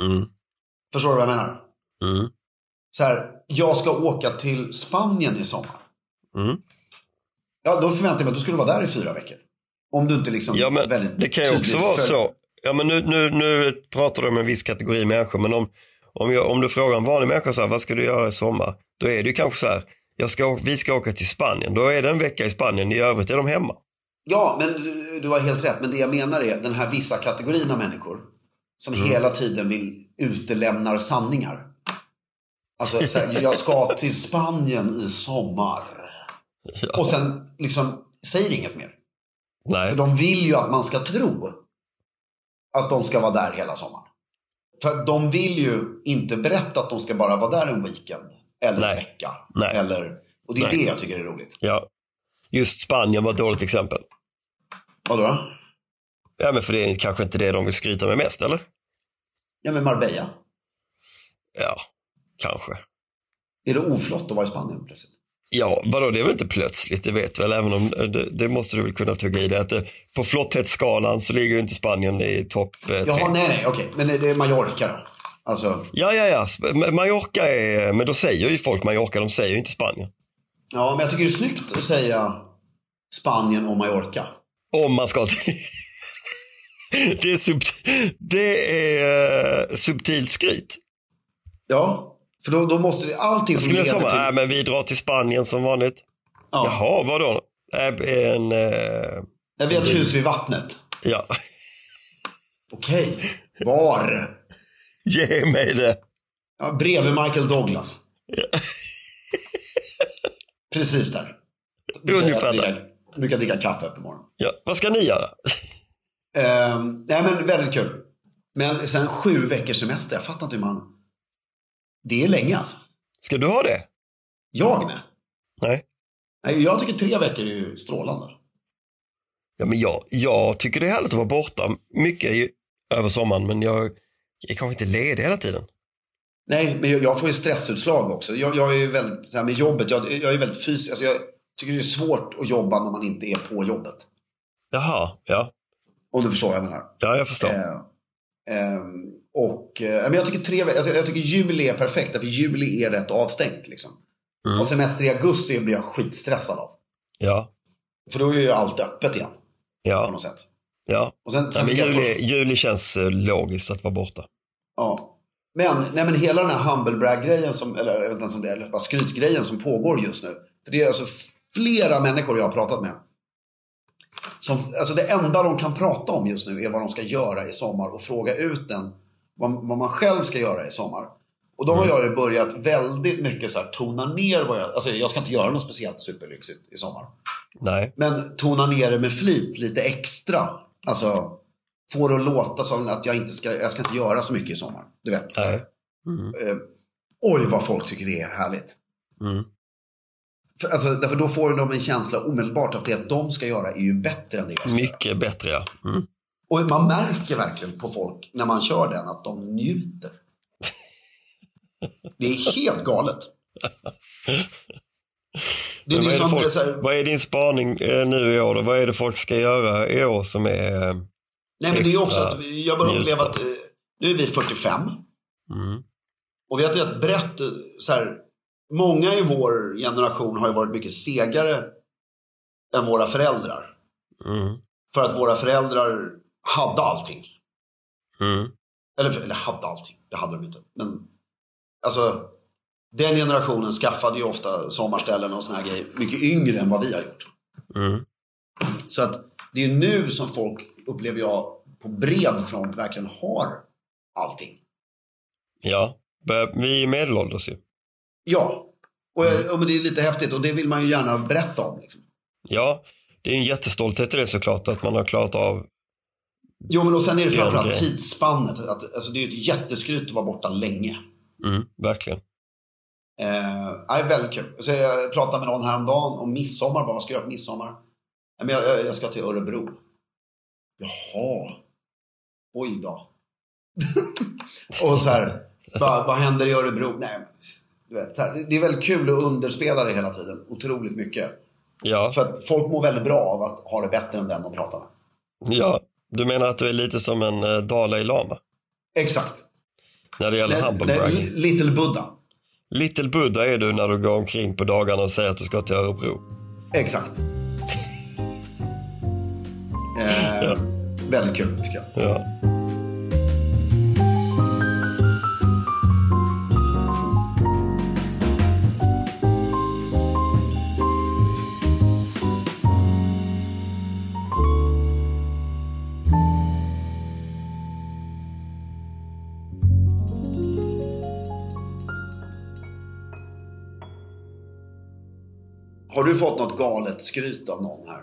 [SPEAKER 2] Mm.
[SPEAKER 3] Förstår du vad jag menar?
[SPEAKER 2] Mm.
[SPEAKER 3] Så här, jag ska åka till Spanien i sommar.
[SPEAKER 2] Mm.
[SPEAKER 3] Ja, då förväntar jag mig att du skulle vara där i fyra veckor. Om du inte liksom
[SPEAKER 2] Ja, men
[SPEAKER 3] väldigt
[SPEAKER 2] det kan ju också
[SPEAKER 3] tydligt
[SPEAKER 2] vara
[SPEAKER 3] följer-
[SPEAKER 2] så. Ja, men nu, nu, nu pratar du om en viss kategori människor, men om, om, jag, om du frågar en vanlig människa så här, vad ska du göra i sommar? Då är det ju kanske så här, jag ska, å- vi ska åka till Spanien. Då är det en vecka i Spanien, i övrigt är de hemma.
[SPEAKER 3] Ja, men du- du har helt rätt. Men det jag menar är den här vissa kategorin av människor som
[SPEAKER 2] Mm.
[SPEAKER 3] hela tiden vill utelämnar sanningar. Alltså, så här, jag ska till Spanien i sommar. Och sen liksom säger inget mer.
[SPEAKER 2] Nej.
[SPEAKER 3] För de vill ju att man ska tro att de ska vara där hela sommaren. För att de vill ju inte berätta att de ska bara vara där en weekend. Eller
[SPEAKER 2] Nej.
[SPEAKER 3] en vecka.
[SPEAKER 2] Nej.
[SPEAKER 3] Eller, och det är
[SPEAKER 2] Nej.
[SPEAKER 3] det jag tycker är roligt.
[SPEAKER 2] Ja. Just Spanien var ett dåligt exempel.
[SPEAKER 3] Vadå?
[SPEAKER 2] Ja, men för det är kanske inte det de vill skryta med mest, eller?
[SPEAKER 3] Ja, men Marbella.
[SPEAKER 2] Ja, kanske.
[SPEAKER 3] Är det oflott att vara i Spanien plötsligt?
[SPEAKER 2] Ja, vadå, det är väl inte plötsligt, det vet väl, även om eh, det, det måste du väl kunna tugga i det. Att det på flotthetsskalan så ligger ju inte Spanien i topp eh, tre.
[SPEAKER 3] Jaha, nej, nej, okej. Men det är Mallorca då? Alltså,
[SPEAKER 2] Ja, ja, ja. Sp- Mallorca är, eh, men då säger ju folk Mallorca, de säger ju inte Spanien.
[SPEAKER 3] ja, men jag tycker det är snyggt att säga Spanien och Mallorca.
[SPEAKER 2] Om man ska till... det, är subt- det är eh, subtilt skryt.
[SPEAKER 3] Ja, för då, då måste det, allting som
[SPEAKER 2] Skulle jag
[SPEAKER 3] leder
[SPEAKER 2] säga,
[SPEAKER 3] till...
[SPEAKER 2] nej men vi drar till Spanien som vanligt.
[SPEAKER 3] ja,
[SPEAKER 2] Jaha, vadå? Äh, En, eh,
[SPEAKER 3] Jag vet hus vid vattnet.
[SPEAKER 2] ja,
[SPEAKER 3] Okej, var?
[SPEAKER 2] ge mig det.
[SPEAKER 3] Ja, bredvid Michael Douglas. Precis där.
[SPEAKER 2] Ungefär
[SPEAKER 3] Jag
[SPEAKER 2] där.
[SPEAKER 3] dricker- brukar dricka kaffe på morgonen.
[SPEAKER 2] Ja, vad ska ni göra?
[SPEAKER 3] Ehm, nej men väldigt kul. Men sen sju veckors semester, jag fattar inte hur man... Det är länge alltså.
[SPEAKER 2] Ska du ha det?
[SPEAKER 3] Jag med.
[SPEAKER 2] Nej.
[SPEAKER 3] Nej, jag tycker tre veckor är ju strålande.
[SPEAKER 2] Ja, men jag, jag tycker det är härligt att vara borta mycket i, över sommaren, men jag är kanske inte ledig hela tiden.
[SPEAKER 3] Nej, men jag, jag får ju stressutslag också. Jag, jag är ju väldigt, så här med jobbet, jag, jag är väldigt fysisk. Alltså jag tycker det är svårt att jobba när man inte är på jobbet.
[SPEAKER 2] Jaha, ja.
[SPEAKER 3] Om du förstår vad jag menar.
[SPEAKER 2] Ja, jag förstår.
[SPEAKER 3] Eh, ehm, och, eh, men jag tycker tre veckor, alltså jag tycker juli är perfekt, för juli är rätt avstängt liksom. Och semester i augusti blir jag skitstressad av.
[SPEAKER 2] Ja,
[SPEAKER 3] För då är ju allt öppet igen, på
[SPEAKER 2] ja.
[SPEAKER 3] något sätt.
[SPEAKER 2] Ja,
[SPEAKER 3] Och sen- sen
[SPEAKER 2] Nej, men
[SPEAKER 3] vilka
[SPEAKER 2] juli,
[SPEAKER 3] först-
[SPEAKER 2] juli känns eh, logiskt att vara borta.
[SPEAKER 3] Ja. Men, nej men hela den här humble brag-grejen, som, eller jag vet inte ens om det är, eller bara skrytgrejen som pågår just nu. För det är alltså flera människor jag har pratat med. Som, alltså det enda de kan prata om just nu är vad de ska göra i sommar och fråga ut den vad, vad man själv ska göra i sommar. Och då har jag ju börjat väldigt mycket så här, tona ner vad jag... Alltså jag ska inte göra något speciellt superlyxigt i sommar.
[SPEAKER 2] Nej,
[SPEAKER 3] Men tona ner det med flit lite extra. Alltså, få det att låta som att jag inte ska, jag ska inte göra så mycket i sommar. Du vet. så här.
[SPEAKER 2] Nej.
[SPEAKER 3] Eh, oj, vad folk tycker det är härligt.
[SPEAKER 2] Mm.
[SPEAKER 3] För, alltså, därför då får de en känsla omedelbart att det de ska göra är ju bättre än det jag ska göra.
[SPEAKER 2] mycket bättre ja. Mm.
[SPEAKER 3] Och man märker verkligen på folk när man kör den att de njuter. Det är helt galet. Det är
[SPEAKER 2] Men vad, är det
[SPEAKER 3] liksom det är
[SPEAKER 2] folk,
[SPEAKER 3] så här,
[SPEAKER 2] vad är din spaning eh, nu i år då? Vad är det folk ska göra i år som är... eh,
[SPEAKER 3] Nej, men det är ju också
[SPEAKER 2] extra
[SPEAKER 3] att vi- jag börjar uppleva att eh, nu är vi 45.
[SPEAKER 2] mm,
[SPEAKER 3] Och vi har ett rätt brett, eh, så här, många i vår generation har ju varit mycket segare än våra föräldrar.
[SPEAKER 2] Mm.
[SPEAKER 3] För att våra föräldrar hade allting.
[SPEAKER 2] Mm.
[SPEAKER 3] Eller, eller hade allting, det hade de inte. Men alltså, den generationen skaffade ju ofta sommarställen och såna här grejer mycket yngre än vad vi har gjort.
[SPEAKER 2] Mm.
[SPEAKER 3] Så att det är ju nu som folk, upplever jag, på bred front verkligen har allting.
[SPEAKER 2] Ja, Bör- vi är medelålders ju.
[SPEAKER 3] Ja, och, jag, ja, men det är lite häftigt och det vill man ju gärna berätta om. Liksom.
[SPEAKER 2] Ja, det är en jättestolthet i det såklart att man har klarat av.
[SPEAKER 3] Jo, men och sen är det framförallt
[SPEAKER 2] okej.
[SPEAKER 3] tidsspannet. Att, alltså, det är ju ett jätteskryt att vara borta länge.
[SPEAKER 2] Mm. Verkligen.
[SPEAKER 3] Eh, ja, väldigt kul. Så jag pratade med någon häromdagen om midsommar. Bara, vad ska jag göra på midsommar? Nej, men jag, jag, jag ska till Örebro. Jaha. Oj då. och så här, bara, vad händer i Örebro? Nej, men, du vet, så här, det är väldigt kul att underspela det hela tiden. Otroligt mycket.
[SPEAKER 2] Ja,
[SPEAKER 3] För att folk mår väldigt bra av att ha det bättre än den de pratar med.
[SPEAKER 2] ja. Du menar att du är lite som en eh, Dalai Lama
[SPEAKER 3] Exakt.
[SPEAKER 2] när det gäller humble
[SPEAKER 3] Nej,
[SPEAKER 2] brag.
[SPEAKER 3] li- Little Buddha.
[SPEAKER 2] Little Buddha är du när du går omkring på dagarna och säger att du ska till Örebro.
[SPEAKER 3] Exakt. eh, Väldigt kul tycker jag.
[SPEAKER 2] Ja.
[SPEAKER 3] Har du fått något galet skryt av någon här?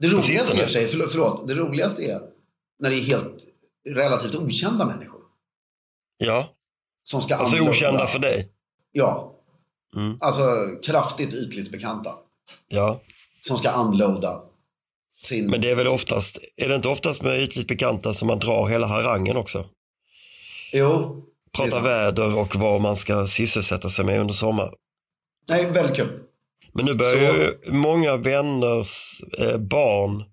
[SPEAKER 3] Det roligaste
[SPEAKER 2] sistone.
[SPEAKER 3] är för sig, förlåt, förlåt, det roligaste är när det är helt relativt okända människor.
[SPEAKER 2] ja,
[SPEAKER 3] Som ska
[SPEAKER 2] alltså
[SPEAKER 3] anlända-
[SPEAKER 2] okända för dig. Mm.
[SPEAKER 3] Ja. Alltså kraftigt ytligt bekanta.
[SPEAKER 2] Ja,
[SPEAKER 3] Som ska unloada sin...
[SPEAKER 2] men det är väl oftast, är det inte oftast med ytligt bekanta som man drar hela harangen också?
[SPEAKER 3] Jo. det är
[SPEAKER 2] Prata
[SPEAKER 3] sant.
[SPEAKER 2] väder och vad man ska sysselsätta sig med under sommar.
[SPEAKER 3] Nej, väldigt kul.
[SPEAKER 2] Men nu börjar ju många vänners eh, barn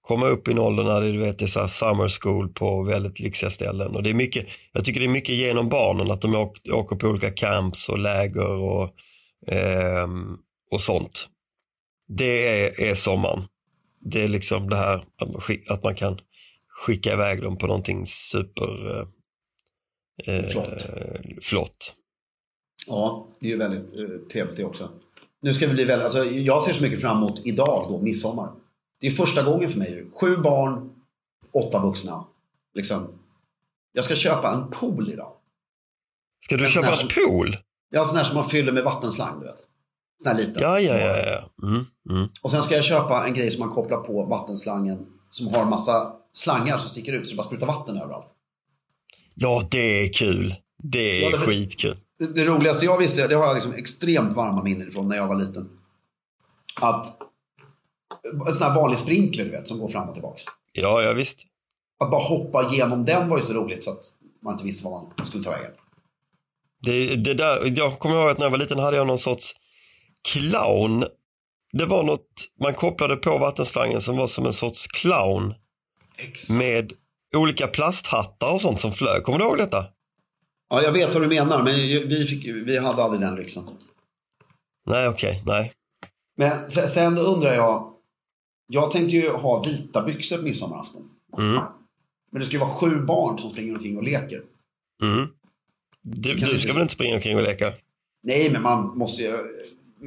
[SPEAKER 2] komma upp i en ålder när det, du vet, det är så här summer school på väldigt lyxiga ställen. Och det är mycket, jag tycker det är mycket genom barnen att de åker, åker på olika camps och läger och, ehm, och sånt. Det är, är sommaren. Det är liksom det här att man, skick, att man kan skicka iväg dem på någonting super eh,
[SPEAKER 3] Flott.
[SPEAKER 2] flott.
[SPEAKER 3] Ja, det är ju väldigt eh, trevligt det också. Nu ska vi bli väl, alltså, jag ser så mycket fram emot idag då, midsommar. Det är första gången för mig. Sju barn, åtta vuxna. Liksom. Jag ska köpa en pool idag.
[SPEAKER 2] Ska du
[SPEAKER 3] En sån
[SPEAKER 2] köpa
[SPEAKER 3] här-
[SPEAKER 2] en pool?
[SPEAKER 3] Jag har en sån här som man fyller med vattenslang, du vet. Den här liten.
[SPEAKER 2] Ja, ja, ja. ja. Mm, mm.
[SPEAKER 3] Och sen ska jag köpa en grej som man kopplar på vattenslangen som har massa slangar som sticker ut så det bara sprutar vatten överallt.
[SPEAKER 2] Ja, det är kul. Det är
[SPEAKER 3] Ja, det-
[SPEAKER 2] skitkul.
[SPEAKER 3] det, det roligaste jag visste, det har jag liksom extremt varma minnen från när jag var liten. Att, en sån här vanlig sprinkler du vet, som går fram och tillbaks.
[SPEAKER 2] Ja, ja visst.
[SPEAKER 3] Att bara hoppa igenom den var ju så roligt så att man inte visste vad man skulle ta vägen.
[SPEAKER 2] Det, det där, jag kommer ihåg att när jag var liten hade jag någon sorts clown. Det var något man kopplade på vattenslangen som var som en sorts clown med olika plasthattar och sånt som flög. Kommer du ihåg detta?
[SPEAKER 3] Ja, jag vet vad du menar, men ju- vi, fick, ju- vi hade aldrig den lyxen.
[SPEAKER 2] Nej, okej, nej.
[SPEAKER 3] Men se- sen undrar jag, jag tänkte ju ha vita byxor på midsommarafton. Men det ska ju vara sju barn som springer omkring och leker.
[SPEAKER 2] Mm. Du, du ska väl inte springa omkring och leka?
[SPEAKER 3] Nej, men man måste ju...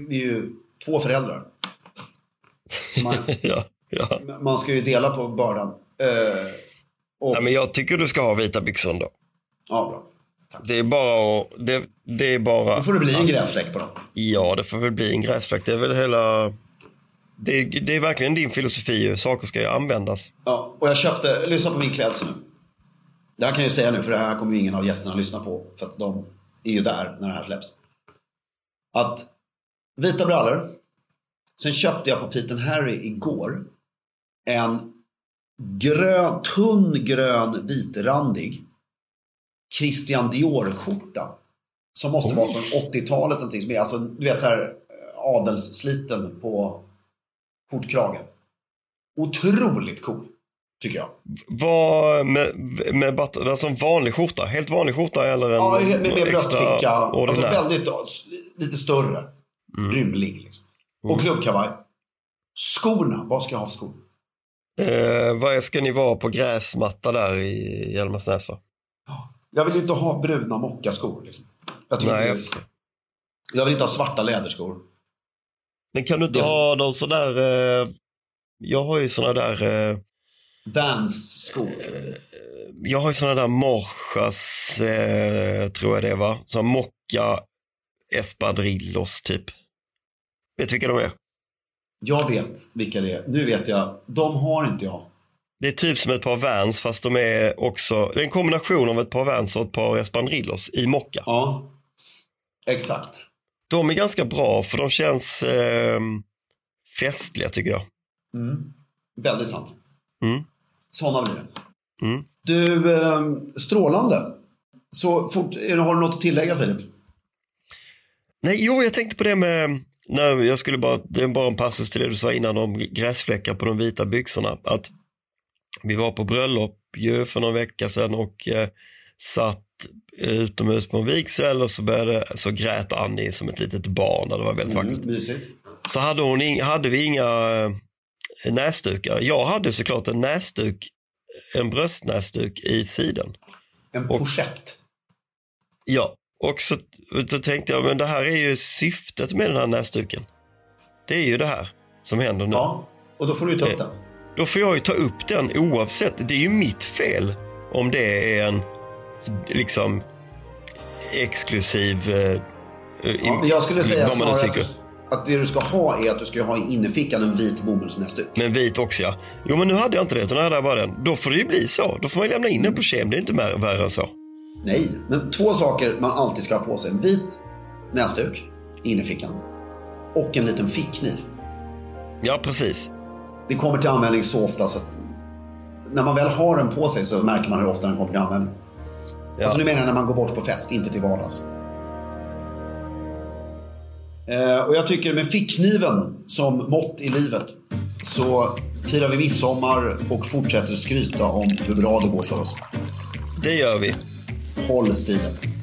[SPEAKER 3] Vi är ju två föräldrar. Så man,
[SPEAKER 2] ja, ja.
[SPEAKER 3] man ska ju dela på bördan. Eh, och,
[SPEAKER 2] Nej, men jag tycker du ska ha vita byxor ändå.
[SPEAKER 3] Ja, bra.
[SPEAKER 2] Det är bara att- det, det är bara...
[SPEAKER 3] Då får det bli en gräsfläck på dem.
[SPEAKER 2] Ja, det får väl bli en gräsfläck. Det är väl hela... Det är, det är verkligen din filosofi hur saker ska ju användas.
[SPEAKER 3] Ja, och jag köpte, lyssna på min klädsel nu. Det här kan jag ju säga nu, för det här kommer ju ingen av gästerna lyssna på. För att de är ju där när det här släpps. Att vita brallor. Sen köpte jag på Pete and Harry igår en grön, tunn grön vitrandig Christian Dior-skjorta. Som måste vara från 80-talet någonting. Som är, alltså, du vet så här eh, adelssliten på skjortkragen. Otroligt cool, tycker jag.
[SPEAKER 2] Vad med, med bat, alltså en vanlig skjorta? Helt vanlig skjorta eller en
[SPEAKER 3] Ja, med, med bröstficka. Alltså
[SPEAKER 2] ordinär? Mm.
[SPEAKER 3] väldigt, ja, s- lite större. Rymlig liksom. Och klubbkavaj. Skorna, vad ska jag ha för skor?
[SPEAKER 2] Eh, vad ska ni vara på gräsmatta där i Hjälmarsnäs? va?
[SPEAKER 3] Jag vill inte ha bruna mockaskor. Liksom. Jag, tycker
[SPEAKER 2] Nej, jag
[SPEAKER 3] inte,
[SPEAKER 2] förstår.
[SPEAKER 3] jag vill inte ha svarta läderskor.
[SPEAKER 2] Men kan du inte
[SPEAKER 3] Det-
[SPEAKER 2] ha någon sån där... Eh, jag har ju såna där... Eh,
[SPEAKER 3] Vans-skor.
[SPEAKER 2] jag har ju såna där Morchas, eh, tror jag det var. Som mocka espadrillos typ. Vet du vilka de är?
[SPEAKER 3] Jag vet vilka det är. Nu vet jag. De har inte jag.
[SPEAKER 2] Det är typ som ett par Vans fast de är också, det är en kombination av ett par Vans och ett par Espadrillos i mocka.
[SPEAKER 3] Ja, exakt.
[SPEAKER 2] De är ganska bra för de känns eh, festliga tycker jag.
[SPEAKER 3] Väldigt sant.
[SPEAKER 2] Mm.
[SPEAKER 3] Sådana blir det.
[SPEAKER 2] Mm.
[SPEAKER 3] Du, ehm, strålande. Så fort, är det- har du något att tillägga Filip?
[SPEAKER 2] Nej, jo, jag tänkte på det med, när jag skulle bara, det är bara en passus till det du sa innan om gräsfläckar på de vita byxorna. Att vi var på bröllop ju för någon vecka sedan och eh, satt utomhus på en vigsel och så, började, så grät Annie som ett litet barn och det var väldigt
[SPEAKER 3] Mm.
[SPEAKER 2] vackert.
[SPEAKER 3] Mysigt.
[SPEAKER 2] så hade, hon ing- hade vi inga eh, näsdukar. Jag hade såklart en näsduk, en bröstnäsduk i sidan.
[SPEAKER 3] En pochett.
[SPEAKER 2] Ja, och så då tänkte jag, men det här är ju syftet med den här näsduken. Det är ju det här som händer nu.
[SPEAKER 3] Ja, och då får du ju ta
[SPEAKER 2] Eh,
[SPEAKER 3] upp den.
[SPEAKER 2] Då får jag ju ta upp den oavsett. Det är ju mitt fel om det är en liksom exklusiv... eh,
[SPEAKER 3] Ja, men jag skulle säga
[SPEAKER 2] vad man nu
[SPEAKER 3] snarare att,
[SPEAKER 2] tycker.
[SPEAKER 3] du- att det du ska ha är att du ska ha i innerfickan en vit bomullsnäsduk.
[SPEAKER 2] Men vit också ja. Jo men nu hade jag inte det utan nu hade jag bara den. Då får det ju bli så. Då får man ju lämna in den på kem. Det är inte mer, värre än så.
[SPEAKER 3] Nej, men två saker man alltid ska ha på sig. En vit näsduk, innerfickan. Och en liten fickkniv.
[SPEAKER 2] Ja precis.
[SPEAKER 3] Det kommer till användning så ofta så att när man väl har den på sig så märker man hur ofta den kommer till användning.
[SPEAKER 2] Ja.
[SPEAKER 3] Alltså nu menar jag när man går bort på fest, inte till vardags. Eh, och jag tycker med fickkniven som mått i livet så firar vi midsommar och fortsätter skryta om hur bra det går för oss.
[SPEAKER 2] Det gör vi.
[SPEAKER 3] Håll stilen.